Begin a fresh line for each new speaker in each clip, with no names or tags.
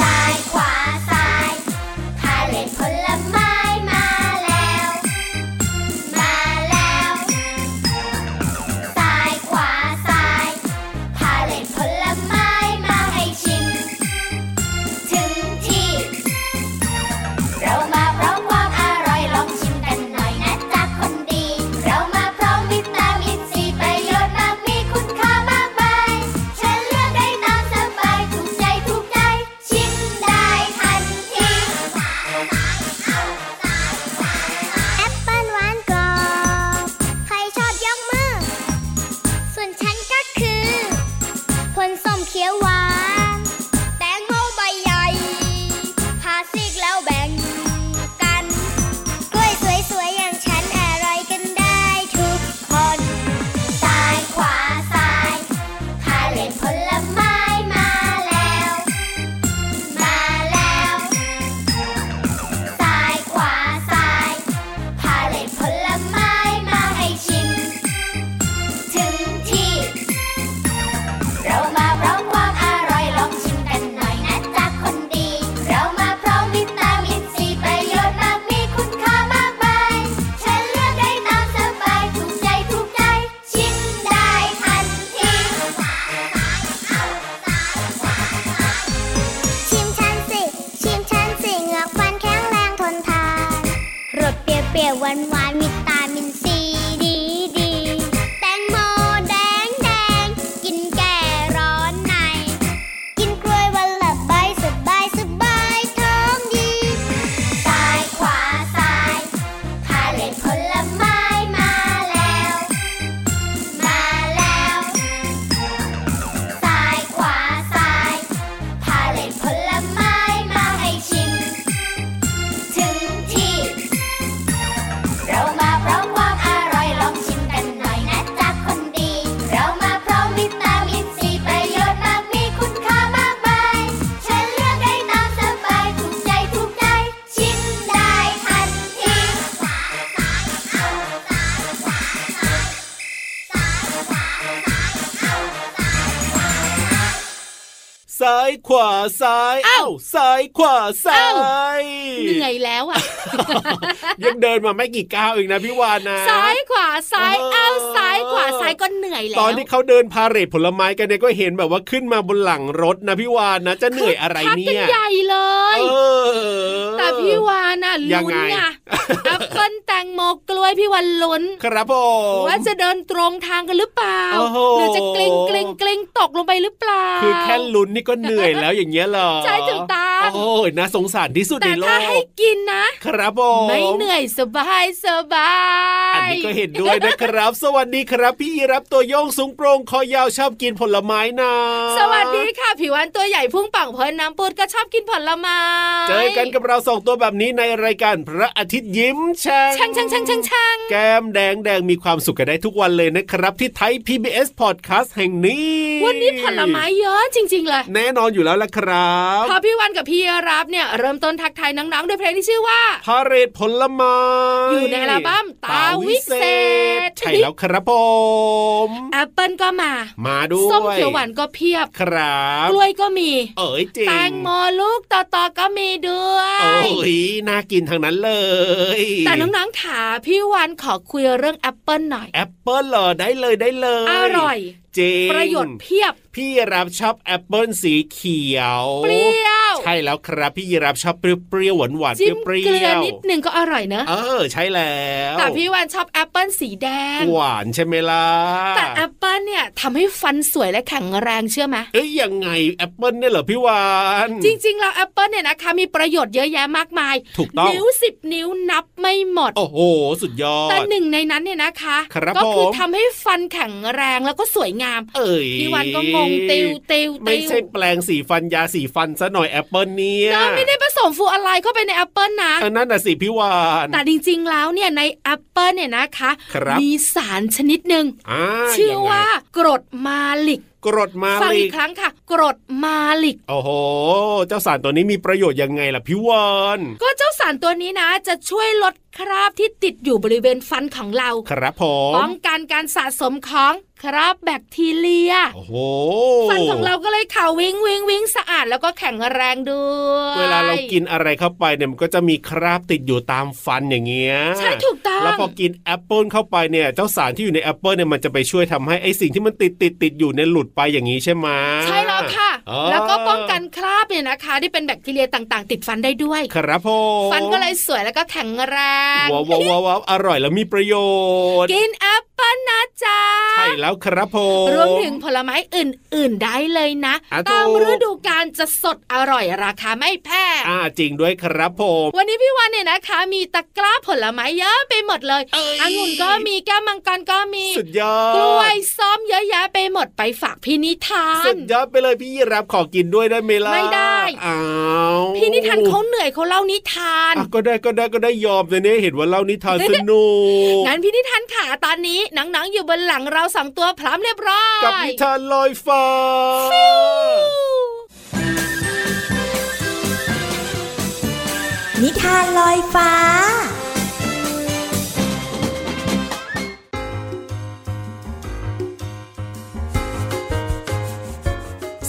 ซ้ายขวาซ้ายพาเล่นผลไม้มาแล้ว มาแล้วซ้ายขวาซ้ายพาเล่นผลไม้มาให้ชิม ถึงที่ เรามาพร้อมความอร่อยลองชิมกันหน่อยนะจ๊ะคนดี เรามาพร้อมวิตามินซีประโยชน์มากมีคุณค่ามากมายฉันเลือกได้ตามสบายถูกใจถูกใจ ชิมได้ทันที
แอปเปิ้ลหวานกรอบใครชอบยกมือ ส่วนฉันก็คือผลส้มเขียวหวาน แตงโมใบใหญ่พาซิกแล้วแบ่งกันกล้วยสวยๆอย่างฉันอร่อยกันได้ทุกคน
ซ้ายขวาซ้ายพาเล่นผลไม้มาแล้ว มาแล้วซ้ายขวาซ้ายพาเล่นผลไม้มาให้ชิม ถึงที่ เรามาพร้อมความอร่อยลองชิมกันหน่อยนะจ๊ะคนดี เรามาพร้อมวิตามินซีประโยชน์มากมีคุณค่ามากมายฉันเลือกได้ตามสบายถูกใจถูกใจ ชิมได้ทันที
ชิมฉันสิ ชิมฉันสิเหงือกฟันแข็งแรงทนทาน รสเปรี้ยวๆหวานหวานๆมีวิตามินซีดีดีๆแตงโมแดงแดงๆกินแก่ร้อนใน กินกล้วยวันละใบสบายสบายท้องดี
ซ้ายขวาซ้ายพาเล่นผลไม้มาแล้ว มาแล้วซ้ายขวาซ้ายพาเล่นผลไม้มาให้ชิม ถึงที่ เรามาพร้อมความอร่อยลองชิมกันหน่อยนะจ๊ะคนดี เรามาพร้อมวิตามินซีประโยชน์มากมีคุณค่ามากมายฉันเลือกได้ตามสบายถูกใจถูกใจ ชิมได้ทันที
ซ้ายขวาซ้าย
อ้าว
ซ้ายขวาซ้า
อ้าว
ย
เหนื่อยแล้วอ่ะ
ยังเดินมาไม่กี่ก้าวเองนะพี่วานนะ
ซ้ายขวาซ้าย
เออ
เอ้าซ้ายขวาซ้ายก็เหนื่อยแล้ว
ตอนที่เขาเดินพาเหรดผลไม้กันเนี่ยก็เห็นแบบว่าขึ้นมาบนหลังรถนะพี่วานนะจะเหนื่อยอะไร
พักกั
เนี่ย
นใหญ่เลย
เออ
แต่พี่วานน่ะ
ยัง
ลุ้น
ไง
ไงแอปเปิ้ลแตงโมกล้วยพี่วานลุ้น
ครับผม
ว่าจะเดินตรงทางกันหรือเปล่า
โอ้โห
หรือจะกลิ้งกลิ้งกลิ้งตกลงไปหรือเปล่า
คือแค่ลุ้นนี่ก็เหนื่อยแล้วอย่างเงี้ยเหรอ
ใช่ถูกต้อง
โอ้ยน่าสงสารที่สุด
แต่
ในโล
ถ้ากให้กินนะ
ครับผม
ไม่เหนื่อยสบายสบา
อัน
ย
นี้ก็เห็นด้วยนะครับ สวัสดีครับ พี่รับตัวโยงสูงโปรงคอยาวชอบกินผลไม้นะ
สวัสดีค่ะผิววันตัวใหญ่พุ่งป่องเพลินน้ำปูดก็ชอบกินผลไม้
เจอกันกับเราสองตัวแบบนี้ในรายการพระอาทิตย์ยิ้มช่าง
ช่างช่างช่างช่างช่าง
แก้มแดงแดงมีความสุขกันได้ทุกวันเลยนะครับ ที่ไทย PBS Podcast แห่งนี้
วันนี้ผลไม้เยอะจริง ๆ เลย
แน่นอนอยู่แล้วละครับ
พอพี่วันกับพี่รับเนี่ยเริ่มต้นทักทายน้องๆด้วยเพลงที่ชื่อว่า
พาเหรดผลไม้
อยู่ในอัลบั้มตาวิเศษ
ใช่แล้วครับผม
แอปเปิลก็มา
มาด้วย
ส้มเขียวหวานก็เพียบ
ครับ
กล้วยก็มี
เอ๋ยจริง
แตงโมลูกต่อๆก็มีด้วย
โอ้ยน่ากินทางนั้นเลย
แต่น้องๆถาพี่วันขอคุยเรื่องแอปเปิลหน่อย
แอปเปิลเหรอได้เลยได้เลย
อร่อย
จริง
ประโยชน์เพียบ
พี่รับชอบแอปเปิลสีเขียว
เปรี้ยว
ใช่แล้วครับพี่รับชอบเปรี้ยวๆหวานหวานๆ
จิ้ม
เปรี้
เกลือ
ยว
นิดนึงก็อร่อยเนอะ
ๆเออใช่แล้ว
แต่พี่วันชอบแอปเปิลสีแดง
หวานใช่ไหมล่ะ
แต่แอปเปิลเนี่ยทำให้ฟันสวยและแข็งแรงเชื่อไหม
เอ้ยยังไงแอปเปิลเนี่ยเหรอพี่วาน
จริงๆ แล้วแอปเปิลเนี่ยนะคะมีประโยชน์เยอะแยะมากมาย
ถูกต้อง
นิ้วสิบนิ้วนับไม่หมด
โอ้โหสุดยอ
แต่
ด
หนึ่งในนั้นเนี่ยนะคะ
ครับ
ก็คือ
ผม
ทำให้ฟันแข็งแรงแล้วก็สวยงาม
เอ้ย
พี่วันก็งงติวติว
ไม่
ติว
ใช่แปลงสีฟันยาสีฟันซะหน่อยแอปเปิลเนี่ย
นะไม่ได้ผสมฟลูออะไรด์เข้าไปในแอปเปิลนะ
อันนั้นน่ะสิพี่วาน
แต่จริงๆ แล้วเนี่ยในแอปเปิลเนี่ยนะคะ
ครับ
มีสารชนิดหนึ่ง
อ่า
ชื่อ
ยังไง
ว่ากรดมาลิก
กรดมา
ฟัง
ลิ
อี
ก
กครั้งค่ะ กรดมาลิก
โอ้โห เจ้าสารตัวนี้มีประโยชน์ยังไงล่ะพี่วาน
ก็เจ้าสารตัวนี้นะ จะช่วยลดคราบที่ติดอยู่บริเวณฟันของเรา
ครับผ
ป้
ม
องกันการสะสมของคราบแบคทีเรีย
โอ้โห
ฟันของเราก็เลยขาววิงวิงวิงสะอาดแล้วก็แข็งแรงด้วย
เวลาเรากินอะไรเข้าไปเนี่ยมันก็จะมีคราบติดอยู่ตามฟันอย่างเงี้ย
ใช่ถูกต้อง
แล้วพอกินแอปเปิลเข้าไปเนี่ยเจ้าสารที่อยู่ในแอปเปิลเนี่ยมันจะไปช่วยทำให้ไอสิ่งที่มันติดติดติดอยู่เนี่ยหลุดไปอย่างนี้ใช่ไหม
ใช่แล้วค่ะ
อ๋อ
แล้วก็ป้องกันคราบเนี่ยนะคะ ที่เป็นแบคทีเรียต่างๆ ติดฟันได้ด้วย
ครับผม
ฟันก็เลยสวยแล้วก็แข็งแรง
ว้าวว้าวว้าวว้าวอร่อยแล้วมีประโยชน์
กินแอปเปิ้ลนะจ๊ะ
ใช่แล้วครับผม
รวมถึงผลไม้อื่น ๆ ได้เลยนะ
อ่ะ
ตาม
ถูก
ฤดูกาลจะสดอร่อยราคาไม่แพง
อ่าจริงด้วยครับผม
วันนี้พี่วันเนี่ยนะคะ มีตะกร้าผลไม้เยอะไปหมดเลย
เอ้ย
องุ่นก็มีแก้วมังกรก็มี
สุดยอก ด
ล้วยซ้อมเยอะแยะไปหมดไปฝากพี่นิทาน
สุดยอดไปเลยพี่ยีรับขอกินด้วยได้ไหมล่ะ
ไม่ได้
อ้าว
พี่นิทานเขาเหนื่อยเขาเล่านิทาน
อ่ะก็ได้ก็ได้ก็ได้ยอมเลยเนี่ยเห็นว่าเล่านิทานสนุก
งั้นพี่นิทานขาตอนนี้หนังๆอยู่บนหลังเราสองตัวพร้อมเรียบร้อย
กับนิทานลอยฟ้า
นิทานลอยฟ้า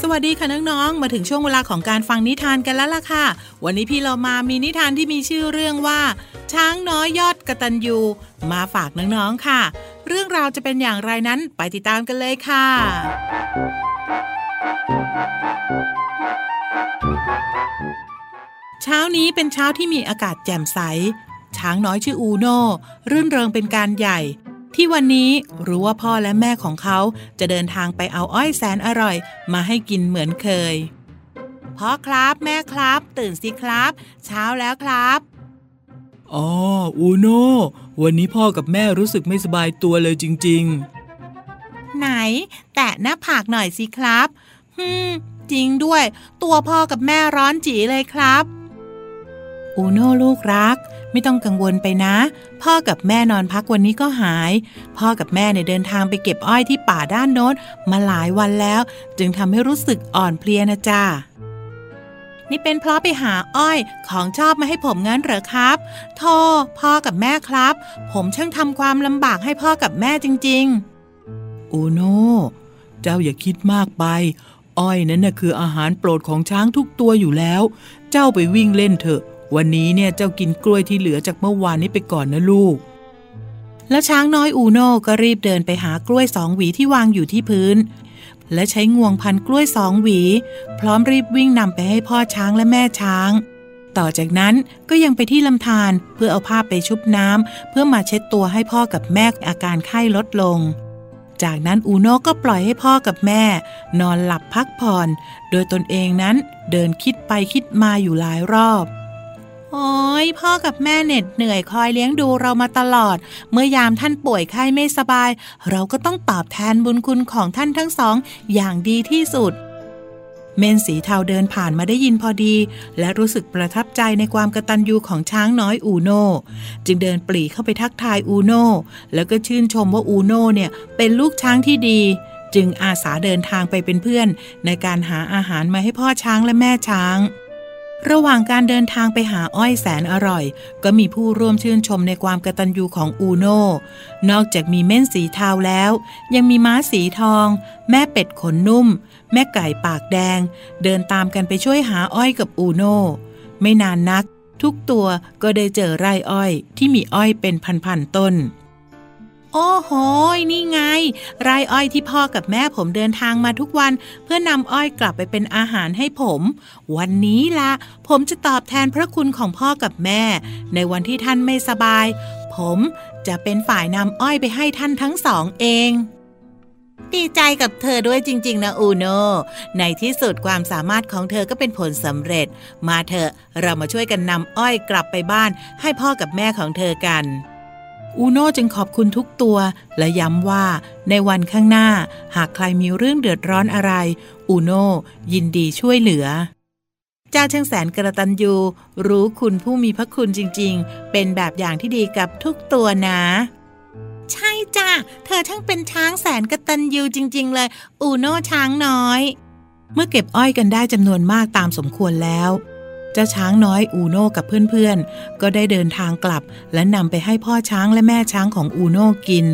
สวัสดีค่ะน้องๆ มาถึงช่วงเวลาของการฟังนิทานกันแล้วล่ะค่ะ วันนี้พี่เรามามีนิทานที่มีชื่อเรื่องว่า ช้างน้อยยอดกระตันยูมาฝากน้องๆค่ะ เรื่องราวจะเป็นอย่างไรนั้นไปติดตามกันเลยค่ะ เช้านี้เป็นเช้าที่มีอากาศแจ่มใส ช้างน้อยชื่ออูโน่รื่นเริงเป็นการใหญ่ ที่วันนี้รู้ว่าพ่อและแม่ของเขาจะเดินทางไปเอาอ้อยแสนอร่อย มาให้กินเหมือนเคย พ่อครับแม่ครับ ตื่นสิครับ เช้าแล้วครับอ๋ออูโน่วันนี้พ่อกับแม่รู้สึกไม่สบายตัวเลยจริง ๆ ไหน แตะหน้าผากหน่อยสิครับฮึมจริงด้วย ตัวพ่อกับแม่ร้อนจีเลยครับ อูโน่ลูกรัก ไม่ต้องกังวลไปนะ พ่อกับแม่นอนพักวันนี้ก็หาย พ่อกับแม่เนี่ยเดินทางไปเก็บอ้อยที่ป่าด้านโน้นมาหลายวันแล้ว จึงทำให้รู้สึกอ่อนเพลียนะจ๊ะนี่เป็นเพราะไปหาอ้อยของชอบมาให้ผมงั้นเหรอครับโธ่พ่อกับแม่ครับ ผมช่างทำความลำบากให้พ่อกับแม่จริงๆ อูโน่เจ้าอย่าคิดมากไป อ้อยนั้นน่ะคืออาหารโปรดของช้างทุกตัวอยู่แล้ว เจ้าไปวิ่งเล่นเถอะ วันนี้เนี่ยเจ้ากินกล้วยที่เหลือจากเมื่อวานนี้ไปก่อนนะลูก แล้วช้างน้อยอูโน่ก็รีบเดินไปหากล้วยสองหวีที่วางอยู่ที่พื้น และใช้งวงพันกล้วยสองหวี พร้อมรีบวิ่งนำไปให้พ่อช้างและแม่ช้าง ต่อจากนั้นก็ยังไปที่ลำธารเพื่อเอาผ้าไปชุบน้ำเพื่อมาเช็ดตัวให้พ่อกับแม่อาการไข้ลดลง จากนั้นอูโน่ก็ปล่อยให้พ่อกับแม่ นอนหลับพักผ่อน โดยตนเองนั้นเดินคิดไปคิดมาอยู่หลายรอบ โอ้ยพ่อกับแม่เหน็ดเหนื่อยคอยเลี้ยงดูเรามาตลอด เมื่อยามท่านป่วยไข้ไม่สบาย เราก็ต้องตอบแทนบุญคุณของท่านทั้งสองอย่างดีที่สุด เมนสีเทาเดินผ่านมาได้ยินพอดี และรู้สึกประทับใจในความกระตันยูของช้างน้อยอูโน่จึงเดินปรีเข้าไปทักทายอูโน่แล้วก็ชื่นชมว่าอูโน่เนี่ยเป็นลูกช้างที่ดี จึงอาสาเดินทางไปเป็นเพื่อน ในการหาอาหารมาให้พ่อช้างและแม่ช้าง ระหว่างการเดินทางไปหาอ้อยแสนอร่อย ก็มีผู้ร่วมชื่นชมในความกระตันยูของอูโน่ นอกจากมีเม่นสีเทาแล้ว ยังมีม้าสีทอง แม่เป็ดขนนุ่ม แม่ไก่ปากแดง เดินตามกันไปช่วยหาอ้อยกับอูโน่ไม่นานนัก ทุกตัวก็ได้เจอไร่อ้อย ที่มีอ้อยเป็นพันๆต้น โอ้โหนี่ไง ไร่อ้อยที่พ่อกับแม่ผมเดินทางมาทุกวัน เพื่อนำอ้อยกลับไปเป็นอาหารให้ผม วันนี้ละผมจะตอบแทนพระคุณของพ่อกับแม่ ในวันที่ท่านไม่สบาย ผมจะเป็นฝ่ายนำอ้อยไปให้ท่านทั้งสองเอง ดีใจกับเธอด้วยจริง ๆ นะอูโน ในที่สุดความสามารถของเธอก็เป็นผลสำเร็จ มาเถอะเรามาช่วยกันนำอ้อยกลับไปบ้าน ให้พ่อกับแม่ของเธอกัน อูโน่จึงขอบคุณทุกตัวและย้ำว่า ในวันข้างหน้า หากใครมีเรื่องเดือดร้อนอะไร อูโน่ยินดีช่วยเหลือ เจ้าช่างแสนกระตันยูรู้คุณผู้มีพระคุณจริง ๆ เป็นแบบอย่างที่ดีกับทุกตัวนะ ใช่จ้ะ เธอช่างเป็นช้างแสนกระตันยูจริง ๆ เลย อูโน่ช้างน้อย เมื่อเก็บอ้อยกันได้จำนวนมากตามสมควรแล้ว เจ้าช้างน้อยอูโน่กับเพื่อนๆ ก็ได้เดินทางกลับ และนำไปให้พ่อช้างและแม่ช้างของอูโน่กิน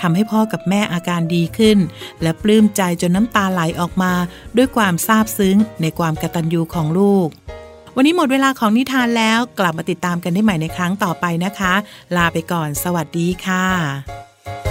ทำให้พ่อกับแม่อาการดีขึ้น และปลื้มใจจนน้ำตาไหลออกมาด้วยความซาบซึ้งในความกตัญญูของลูก วันนี้หมดเวลาของนิทานแล้วกลับมาติดตามกันได้ใหม่ในครั้งต่อไปนะคะ ลาไปก่อน สวัสดีค่ะ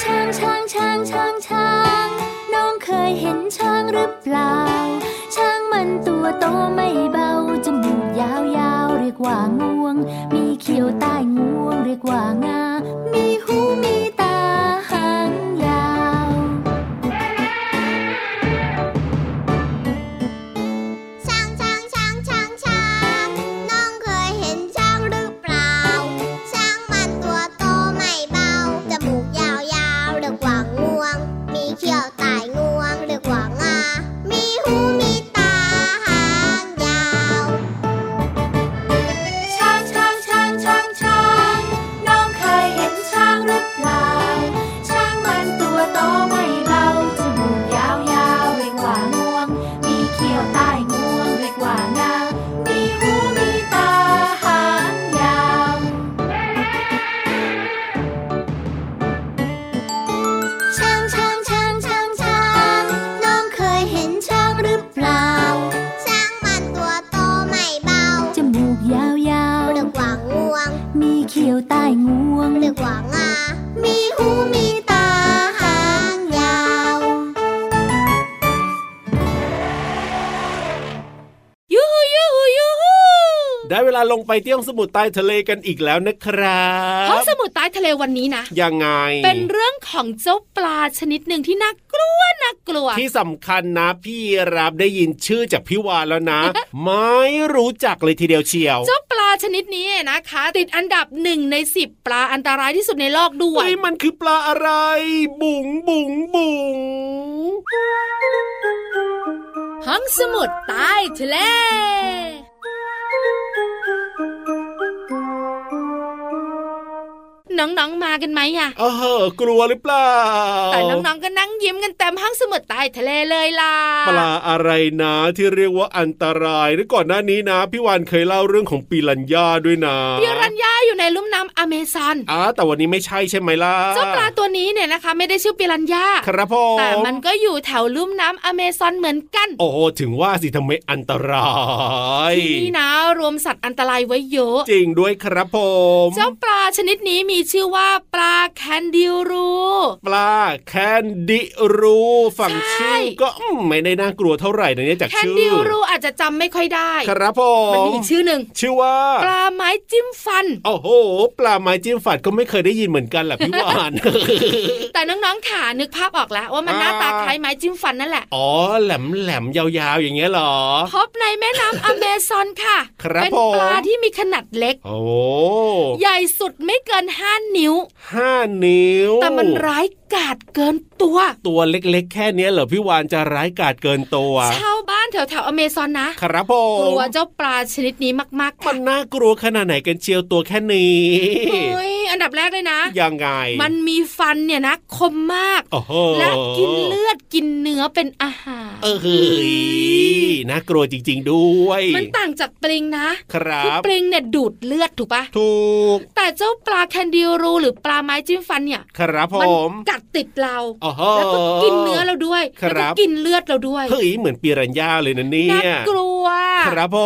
ช้างช้างช้างช้างช้างน้องเคยเห็นช้างหรือเปล่า ช้างมันตัวโตไม่เบาจมูกยาวยาวๆเรียกว่างวง มีเขียวใต้งวงเรียกว่างา มีหูมีตาหางยาว
ช้างช้างช้างช้างช้างน้องเคยเห็นช้างหรือเปล่า ช้างมันตัวโตไม่เบา จมูกยาวยาวๆเรียกว่างวง มีเขี้ยวไต่งวงเรียกว่างา มีหูมีตาหางยาว
ช้างช้างช้างช้างช้างน้องเคยเห็นช้างหรือเปล่า ช้างมันตัวโตไม่เบาจมูกยาวยาวๆเรียกว่างวง มีเขียวใต้งวงเรียกว่างา มีหูมีตาหางยาว
ช้างช้างช้างช้างช้างน้องเคยเห็นช้างหรือเปล่า ช้างมันตัวโตไม่เบา
จมูกยาวยาว
เรียกว่างวง
ๆมีเขียวใต้งวง
เรียกว่างา มีหูมีตาหางยาว
ยูฮูยูฮูยูฮู
ได้เวลาลงไปเที่ยวสมุทรใต้ทะเลกันอีกแล้วนะครั
ห้อง
บ
สมุดใต้ทะเลวันนี้นะ
ยังไง
เป็นเรื่องของเจ้าปลาชนิดหนึ่งที่น่ากลัวน่ากลัว
ที่สำคัญนะพี่รับได้ยินชื่อจากพี่วานแล้วนะ ไม่รู้จักเลยทีเดียวเชียว
เจ้าปลาชนิดนี้นะคะ ติดอันดับหนึ่งในสิบปลาอันตรายที่สุดในโลกด้วย
เฮ้ยมันคือปลาอะไร บุ๋งบุ๋งบุ๋ง
ห้องสมุดใต้ทะเล น้องๆ มากันไหมอะ
เออกลัวหรือเปล่า
แต่น้องๆ ก็นั่งยิ้มกันเต็มห้องสมุดใต้ทะเลเลยล่ะ
ปลาอะไรนะที่เรียกว่าอันตรายหรือก่อนหน้านี้นะ พี่วานเคยเล่าเรื่องของปีรัญญาด้วยนะ
พิรัญญาอยู่ในลุ่มน้ำอเมซอน
อ่าแต่วันนี้ไม่ใช่ใช่ไหมล่ะ
เจ้าปลาตัวนี้เนี่ยนะคะ ไม่ได้ชื่อปิรัญญา
ครับผม
แต่มันก็อยู่แถวลุ่มน้ำอเมซอนเหมือนกัน
โอ้โหถึงว่าสิทำไมอันตราย
ที่นี่นะรวมสัตว์อันตรายไว้เยอะ
จริงด้วยครับผม
เจ้าปลาชนิดนี้มีชื่อว่าปลาแคนดิรู
ปลาแคนดิรูฝั่ง
ใช่
ชื่อก็อืมไม่ได้น่ากลัวเท่าไหร่นะเนี่ยจาก
แคน
ชื่อ
ดิรูอาจจะจำไม่ค่อยได้
ครับผ
มัน
ม
มีอีกชื่อหนึ่ง
ชื่อว่า
ปลาไม้จิ้มฟัน
โอ้โห ปลาไม้จิ้มฝัดก็ไม่เคยได้ยินเหมือนกันแหละพี่วาน
แต่น้องๆขานึกภาพออกแล้วว่ามันหน้าตา
อ่า
คล้ายไม้จิ้มฟันนั่นแหละ
อ๋อแหลมแหลมๆยาวๆอย่างเงี้ยเหรอ
พบในแม่น้ำ อเมซอนค่ะ
ครับ
เป็น
ผม
ปลาที่มีขนาดเล็ก
โอ้
ใหญ่สุดไม่เกิน 5 นิ้ว
ห้านิ้ว
แต่มันร้ายกาจเกินตัว
ตัวเล็กๆ แค่เนี้ยเหรอพี่วานจะร้ายกาจเกินตัว
ชาวบ้านแถวแถวๆอเมซอนนะ
ครับผ
กลั
ม
วเจ้าปลาชนิดนี้มากๆ
มั
ค่ะ
นน่ากลัวขนาดไหนกันเชียวตัวแค่นี้
เฮ้ยอันดับแรกเลยนะ
ยังไง
มันมีฟันเนี่ยนะคมมาก
โอ้โห
และกินเลือดกินเนื้อเป็นอาหาร
เออเฮ้ยน่ากลัวจริง ๆ ด้วย
มันต่างจากปลิงนะ
ครั
คือบ ปลิงเนี่ยดูดเลือดถูกปะ
ถูก
แต่เจ้าปลาแคนดิรู หรือปลาไม้จิ้มฟันเนี่ย
ครับผ
มั
ม
กัดติดเรา
โอ้โห
แล้วก็กินเนื้อเราด้วย
ครับ
แล้วก็กินเลือดเราด้วย
เฮ้ยเหมือนปีรัญญาเลยนะเนี่
น่าย กลัว
ครับผ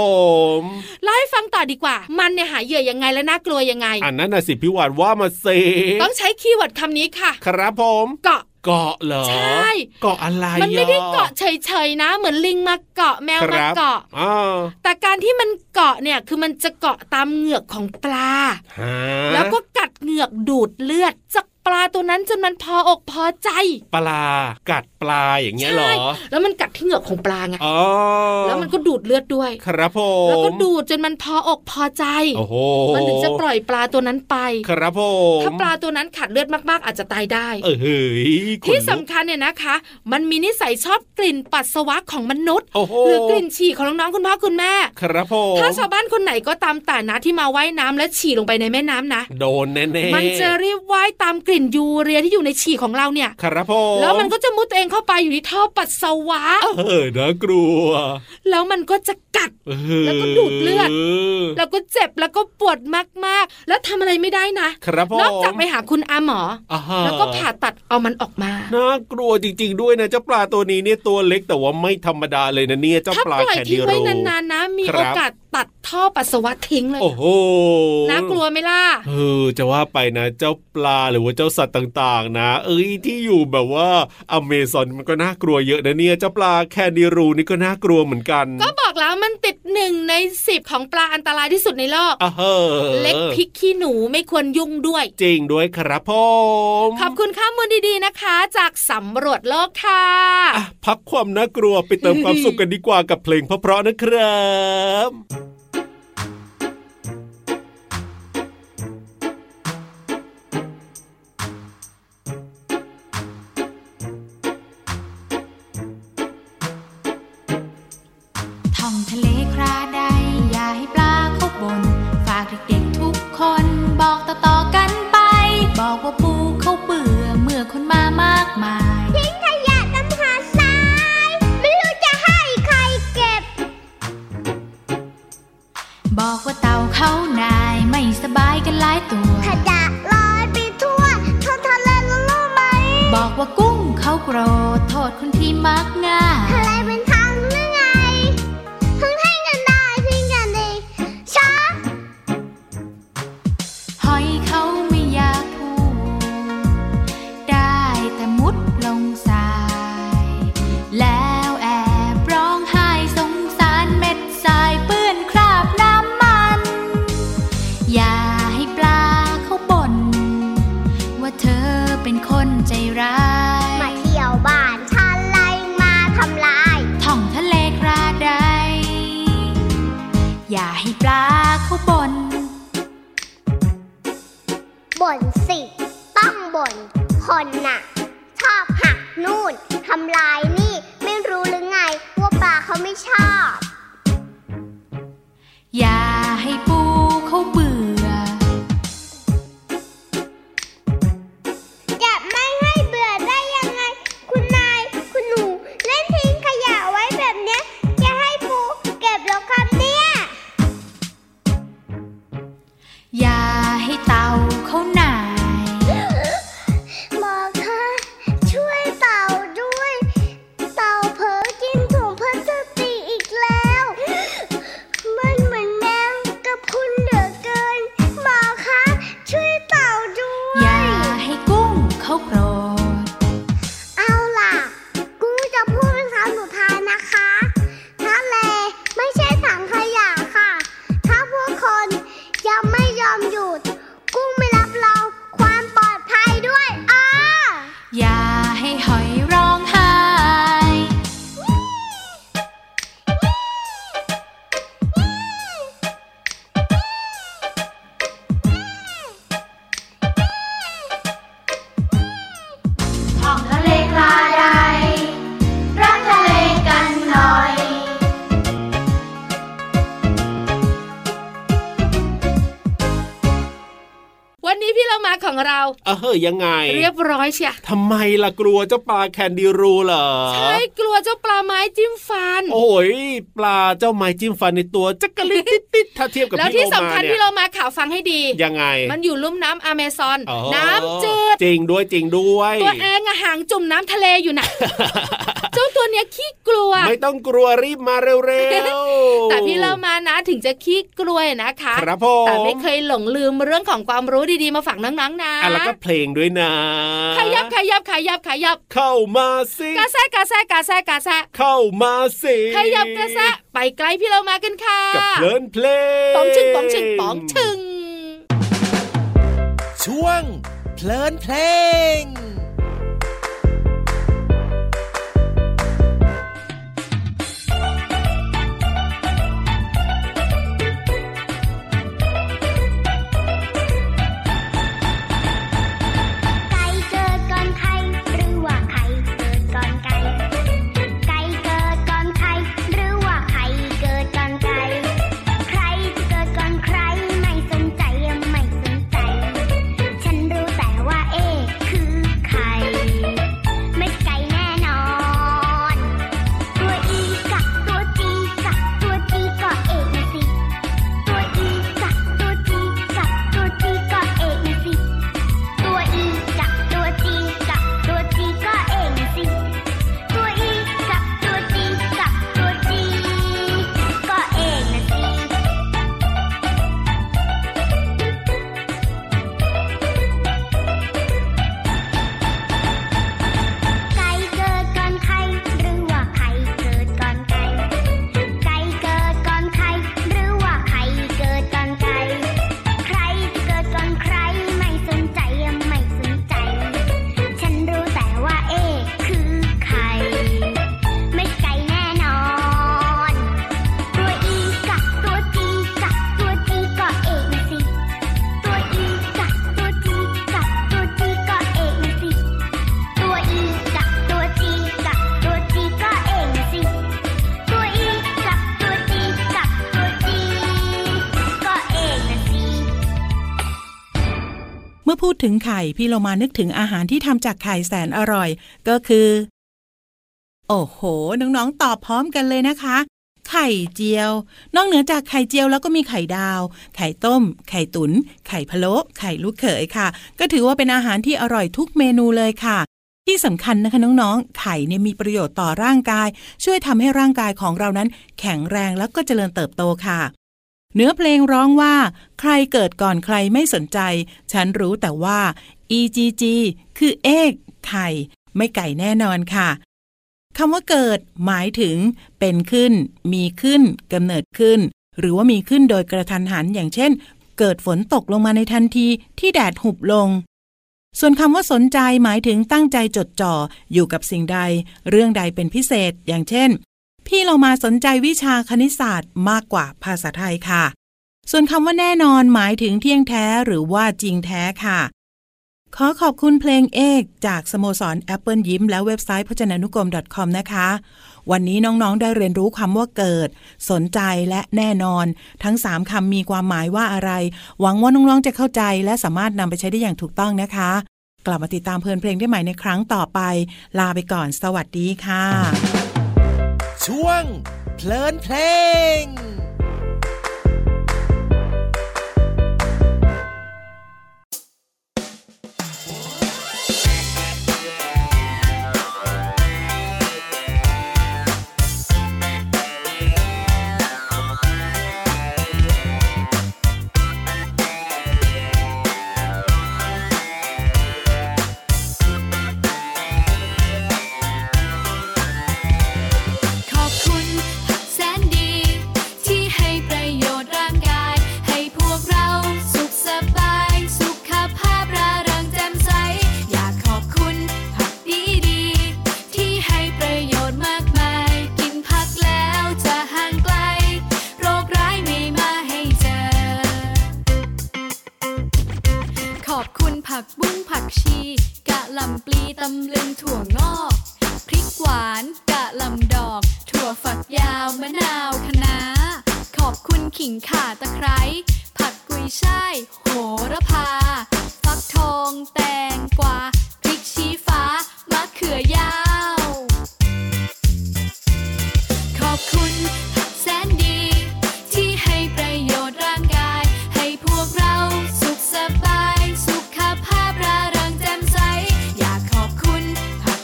ม
เล่าให้ฟังต่อดีกว่า มันเนี่ยหาเหยื่อยังไงและน่ากลัวยังไง
อันนั้นน่ะสิพี่วานว่ามาสิ
ต้องใช้คีย์เวิร์ดคำนี้ค่ะ
ครับผม
เกาะ
เกาะเหรอ
ใช่
เกาะอะไร
มันไม่ได้เกาะ
อ
เฉยๆนะ เหมือนลิงมาเกาะแมว
ค
มา
รับ
เกาะ
อ้าว
แต่การที่มันเกาะเนี่ยคือมันจะเกาะตามเหงือกของปลา
ฮะ
แล้วก็กัดเหงือกดูดเลือดจะ ปลาตัวนั้นจนมันพออกพอใจ
ปลากัดปลาอย่างเงี้ยเหร
ใช่
อ
แล้วมันกัดที่เหงือกของปลาไง
อ๋อ
แล้วมันก็ดูดเลือดด้วย
ครับผ
แล้วก็
ม
ดูดจนมันพออกพอใจ
โอ้โห
มันถึงจะปล่อยปลาตัวนั้นไป
ครับผม
ถ้าปลาตัวนั้นขาดเลือดมากๆ อาจจะตายได้
เออเฮ้ยขนลุก
ที่สำคัญเนี่ยนะคะ มันมีนิสัยชอบกลิ่นปัสสาวะของมนุษย์
โอ้โห
หรือกลิ่นฉี่ของน้องๆคุณพ่อคุณแม่
ครับผม
ถ้าชาวบ้านคนไหนก็ตามแต่นะที่มาว่ายน้ำและฉี่ลงไปในแม่น้ำนะ
โดนแน่ๆ
มันจะรีบว่ายตามกลิ่นยูเรียที่อยู่ในฉี่ของเราเนี่ย
ครับผม
แล้วมันก็จะมุดตัวเองเข้าไปอยู่ในท่อปัสสาวะ
เออน่ากลัว
แล้วมันก็จะกัด
เออ
แล้วก็ดูดเลือด แล้วก็เจ็บแล้วก็ปวดมากๆ แล้วทำอะไรไม่ได้นะ
ครับผม
นอกจากไปหาคุณอาหมอ
อ่าฮะ
แล้วก็ผ่าตัดเอามันออกมา
น่ากลัวจริงๆด้วยนะเจ้าปลาตัวนี้เนี่ยตัวเล็กแต่ว่าไม่ธรรมดาเลยนะเนี่ยเจ้า
ถ้า
ปลา
ปล่อย
แคนดิ
ทิ้ง
โร
ไว้นานๆนะ มี
ครั
โอบ กาสตัดท่อปัสสาวะทิ้งเลย
โอ้โห
น่ากลัวไหมล่ะ
เออจะว่าไปนะ เจ้าปลาหรือว่าเจ้าสัตว์ต่างๆ นะ เอ้ยที่อยู่แบบว่าอเมซอนมันก็น่ากลัวเยอะนะเนี่ยเจ้าปลาแคนดิโรูนี่ก็น่ากลัวเหมือนกัน
ก็บอกแล้วมันติดหนึ่งในสิบของปลาอันตรายที่สุดในโลก
อ่ะเฮ้อ
เล็กพริกขี้หนูไม่ควรยุ่งด้วย
จริงด้วยครับผม
ขอบคุณข้ามมูลดีๆนะคะ จากสำรวจโลกค่ะ
อ่ะพักความน่ากลัวไปเติมความสุขกันดีกว่ากับเพลงเพราะๆนะครับ
ท่องทะเลคราใด อย่าให้ปลาเข้าบน ฝากเด็กๆทุกคนบอกต่อๆกันไป บอกว่าปูเขาเบื่อเมื่อคนมามากมาย
ทิ้งขยะตำหาทราย ไม่รู้จะให้ใครเก็บ
บอกว่าเต่าเขานายไม่สบายกันหลายตัว
ขยะลอยไปทั่วท้องทะเลแล้วรู้ไหม
บอกว่ากุ้งเขาโกรธโทษคนที่มักง่าย
ทะเลเป็นทางหรือไงเพิ่งให้กันได้ทิ้งกันเองช้า
หอยเขาไม่อยากพูดได้แต่มุดลงทราย แล้วแอบร้องไห้สงสารเม็ดทรายเปื้อนคราบน้ำมัน อย่าให้ปลาเขาบ่นว่าเธอเป็นคนใจร้าม
าย เที่ยวบ้านฉันไล่มาทำลาย
ท่องทะเลกระไดอย่าให้ปลาเขาบ่น
บ่นสิ ต้องบ่นคนน่ะ ชอบหักนู่นทำลายนี่ ไม่รู้หรือไง ว่าปลาเขาไม่ชอบ
อย่าให้ปูเขาเบื่อ
จะไม่ให้เบื่อได้ยังไง คุณนาย คุณหนู เล่นทิ้งขยะไว้แบบเนี้ย จะให้ปูเก็บแล้วครับเนี่ย
อย่าให้เต่าเขาหนาย
บอกค่ะช่วยเต่าด้วย เต่าเผลอกินถุงพลาสติกอีกแล้ว มันเหมือนแมงกระพรุนเหลือเกินบอกค่ะช่วยเต่าด้ว
อย่าย ให้กุ้งเขาโกรธ
เอาล่ะ กูจะพูดเป็นคำสุดท้ายนะคะทะเลไม่ใช่ถังขยะค่ะ ถ้าพวกคนยังไม่ยอมหยุด กุ้งไม่รับรองความปลอดภัยด้วยอ้อ
อย่าให้หอยร้องไห้
ท่องทะเลคลาใดรักทะเลกันหน่อย
วันนี้พี่เรามาของเรา
เออเฮ้ยยังไง
เรียบร้อยเชีย
ทำไมล่ะกลัวเจ้าปลาแคนดิรูเหรอ
ใช่กลัวเจ้าปลาไม้จิ้มฟัน
โอ้ยปลาเจ้าไม้จิ้มฟันในตัวจักกะลิติดติดถ้าเทียบกับ
แล้ว
พี่
ที่
โล
สำ
มา
คัญ
เนี่
พี่
ย
เรามาข่าวฟังให้ดี
ยังไง
มันอยู่ลุ่มน้ำอเมซอน
อ๋อ
น้ำจืด
จริงด้วยจริงด้วย
ตัวเองอะหางจุ่มน้ำทะเลอยู่ นะ เจ้าตัวเนี้ยขี้กลัว
ไม่ต้องกลัวรีบมาเร็วๆ
แต่พี่เรามานะถึงจะขี้กลัวนะคะ
ครับผม
แต่ไม่เคยหลงลืมเรื่องของความรู้ดีๆมาฝากน้องๆนะ
อ่ะแล้วก็เพลงด้วยนะ
ขยับขยับขยับขยับ
เข้ามาสิ
กระแซะกระแซะกระแซะกระแซะ
เข้ามาสิ
ขยับกระแซะไปไกลพี่เรามากันค่ะ
กับเพลินเพลง
ป๋องชึงป๋องชึงป๋องชึง
ช่วง เพลินเพลง
ไก่เกิดก่อนไข่หรือว่าไข่เกิดก่อนไก่ ไก่เกิดก่อนไข่หรือว่าไข่เกิดก่อนไก่ ใครจะเกิดก่อนใครไม่สนใจไม่สนใจ ฉันรู้แต่ว่าเอคือไข่ไม่ไก่แน่นอน ตัวอีกับตัวจีกับตัวจีก็เอกนะสิ ตัวอีกับตัวจีกับตัวจีก็เอกนะสิ ตัวอีกับตัวจีกับตัวจีก็เองสิ ตัวอีกับตัวจีกับตัวจีก็เองนะสิ ไก่เกิดก่อนไข่หรือว่าไข่เกิดก่อนไก่ ไก่เกิดก่อนไข่หรือว่าไข่เกิดก่อนไก่ ใครจะเกิดก่อนใครไม่สนใจไม่สนใจ ฉันรู้แต่ว่าเอคือไข่ไม่ไก่แน่นอน ตัวอีกับตัวจีกับตัวจีก็เอกนะสิ ตัวอีกับตัวจีกับตัวจีก็เอกนะสิ ตัวอีกับตัวจีกับตัวจีก็เอกนะสิ ตัวอีกับตัวจีกับตัวจีก็เอกนะสิ
เมื่อพูดถึงไข่พี่โลมานึกถึงอาหารที่ทำจากไข่แสนอร่อย ก็คือ โอ้โห น้องๆตอบพร้อมกันเลยนะคะ ไข่เจียว นอกเหนือจากไข่เจียวแล้วก็มีไข่ดาว ไข่ต้ม ไข่ตุน๋นไข่พะโล้ไข่ลูกเขยค่ะ ก็ถือว่าเป็นอาหารที่อร่อยทุกเมนูเลยค่ะ ที่สำคัญนะคะน้องๆ ไข่เนี่ยมีประโยชน์ต่อร่างกาย ช่วยทำให้ร่างกายของเรานั้น แข็งแรงแล้วก็เจริญเติบโตค่ะ เนื้อเพลงร้องว่า ใครเกิดก่อนใครไม่สนใจ ฉันรู้แต่ว่า EGG คือเอกไข่ไม่ไก่แน่นอนค่ะคำว่าเกิดหมายถึง เป็นขึ้น มีขึ้นกำเนิดขึ้น หรือว่ามีขึ้นโดยกระทันหันอย่างเช่น เกิดฝนตกลงมาในทันทีที่แดดหุบลง ส่วนคำว่าสนใจหมายถึงตั้งใจจดจ่ออยู่กับสิ่งใด เรื่องใดเป็นพิเศษ อย่างเช่น พี่เรามาสนใจวิชาคณิตศาสตร์มากกว่าภาษาไทยค่ะ ส่วนคำว่าแน่นอนหมายถึงเที่ยงแท้หรือว่าจริงแท้ค่ะ ขอขอบคุณเพลงเอกจากสโมสร Apple ยิ้ม และเว็บไซต์พจนานุกรม .com นะคะ วันนี้น้องๆได้เรียนรู้คำว่าเกิด สนใจและแน่นอน ทั้ง 3คำมีความหมายว่าอะไร หวังว่าน้องๆจะเข้าใจ และสามารถนำไปใช้ได้อย่างถูกต้องนะคะ กลับมาติดตามเพลินเพลงได้ใหม่ในครั้งต่อไป ลาไปก่อน สวัสดีค่ะ
ช่วงเพลินเพลง
ขอบคุณผักแสนดี ที่ให้ประโยชน์ร่างกาย ให้พวกเราสุขสบาย สุขภาพร่าเริงแจ่มใส อยากขอบคุณผักดีๆที่ให้ประโยชน์มากมาย กินผักแล้วจะห่างไกล โรคร้ายไม่มาให้เจอ ขอบคุณผักบุ้งผักชี กะหล่ำปลีตำลึงถั่วงอก พริกหวานกะหล่ำดอก ถั่วฝักยาวมะนาวคะน้า ขอบคุณขิงข่าตะไคร้ ผักกุยช่าย โหระพา ฟักทองแตงกวาพริกชี้ฟ้ามะเขือยาว ขอบคุณผักแสนดี ที่ให้ประโยชน์ร่างกาย ให้พวกเราสุขสบาย สุขภาพร่าเริงแจ่มใส อยากขอบคุณผัก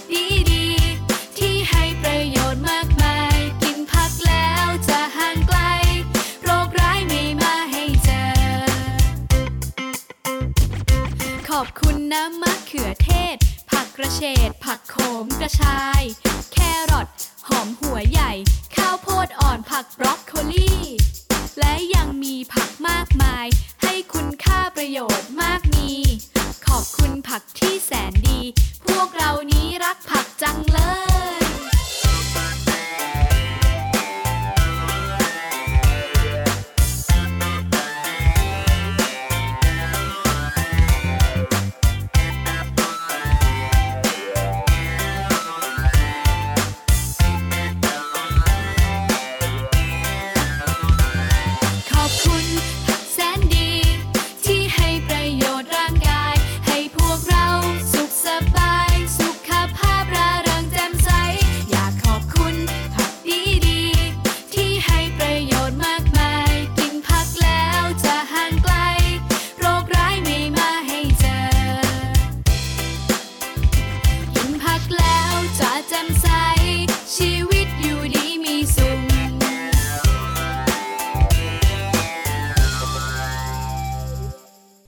ดีๆที่ให้ประโยชน์มากมาย กินผักแล้วจะห่างไกล โรคร้ายไม่มาให้เจอ ขอบคุณน้ำมะเขือเทศ ผักกระเฉดผักโขมกระชาย แครอทหอมหัวใหญ่ ข้าวโพดอ่อนผักบรอกโคลีและยังมีผักมากมาย ให้คุณค่าประโยชน์มากมี ขอบคุณผัก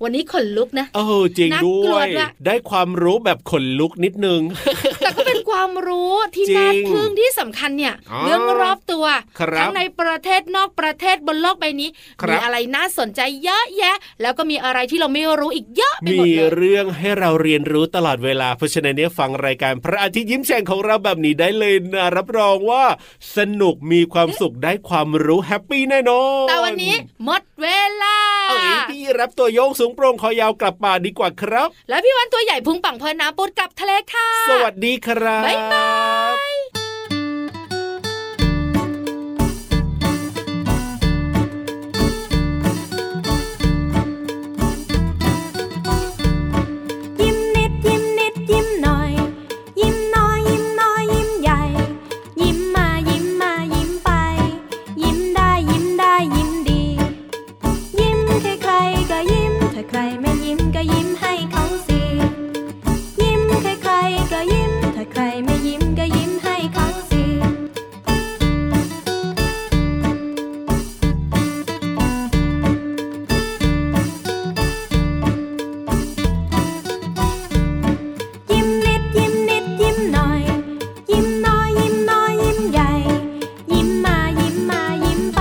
วันนี้ขนลุกนะ
เออจริง
น่า
ด้
กลั
ว
วย ด้วย
ได้ความรู้แบบขนลุกนิดนึง
แต่ก็เป็นความรู้ที่
จริง
น่าทึ่งที่สำคัญเนี่ย
อ๋อ
เรื่องรอบตัว
ครับ
ทั้งในประเทศนอกประเทศบนโลกใบนี้
ครับ
มีอะไรน่าสนใจเยอะแยะ แล้วก็มีอะไรที่เราไม่รู้อีกเยอะไป
มี
หมดเลย
เรื่องให้เราเรียนรู้ตลอดเวลา เพราะฉะนั้นเนี่ยฟังรายการพระอาทิตย์ยิ้มแฉ่งของเราแบบนี้ได้เลยนะรับรองว่า สนุกมีความสุขได้ความรู้แฮปปี้แน่นอน
แต่วันนี้หมดเวลา
เอ้ยพี่รับตัวโยงสูงโปร่งคอยาวกลับป่าดีกว่าครับ
แล้วพี่วันตัวใหญ่พุงปังเพลินน้ำปุดกับทะเลค่ะ
สวัสดีครับ
บ๊ายบาย
ยิ้มนิดยิ้มนิดยิ้มหน่อย ยิ้มน้อยยิ้มน้อยยิ้มใหญ่ ยิ้มมายิ้มมายิ้มไป ยิ้มได้ยิ้มได้ยิ้มดี ยิ้มใครใครๆก็ยิ้มถ้าใครไม่ยิ้มก็ยิ้มให้เขาสิยิ้มใครใครๆก็ยิ้มถ้าใครไม่ยิ้มก็ยิ้มให้เขาสิ ยิ้มนิดยิ้มนิดยิ้มหน่อย ยิ้มน้อยยิ้มน้อยยิ้มใหญ่ ยิ้มมายิ้มมายิ้มไป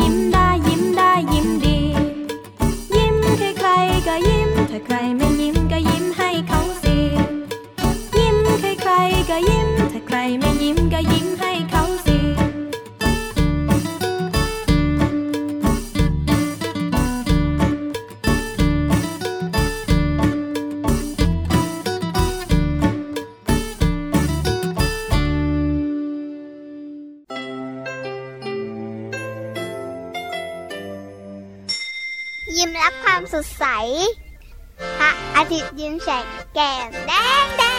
ยิ้มได้ยิ้มได้ยิ้มดี ยิ้มใครใครๆก็ยิ้มถ้าใครไม่ยิ้มก็ยิ้มให้เขาสิยิ้มใครใครๆก็ยิ้มถ้าใครไม่ยิ้มก็ยิ้มให้เขาสิ
ยิ้มรับความสดใส พระอาทิตย์ยิ้มแฉกแก้มแดงแด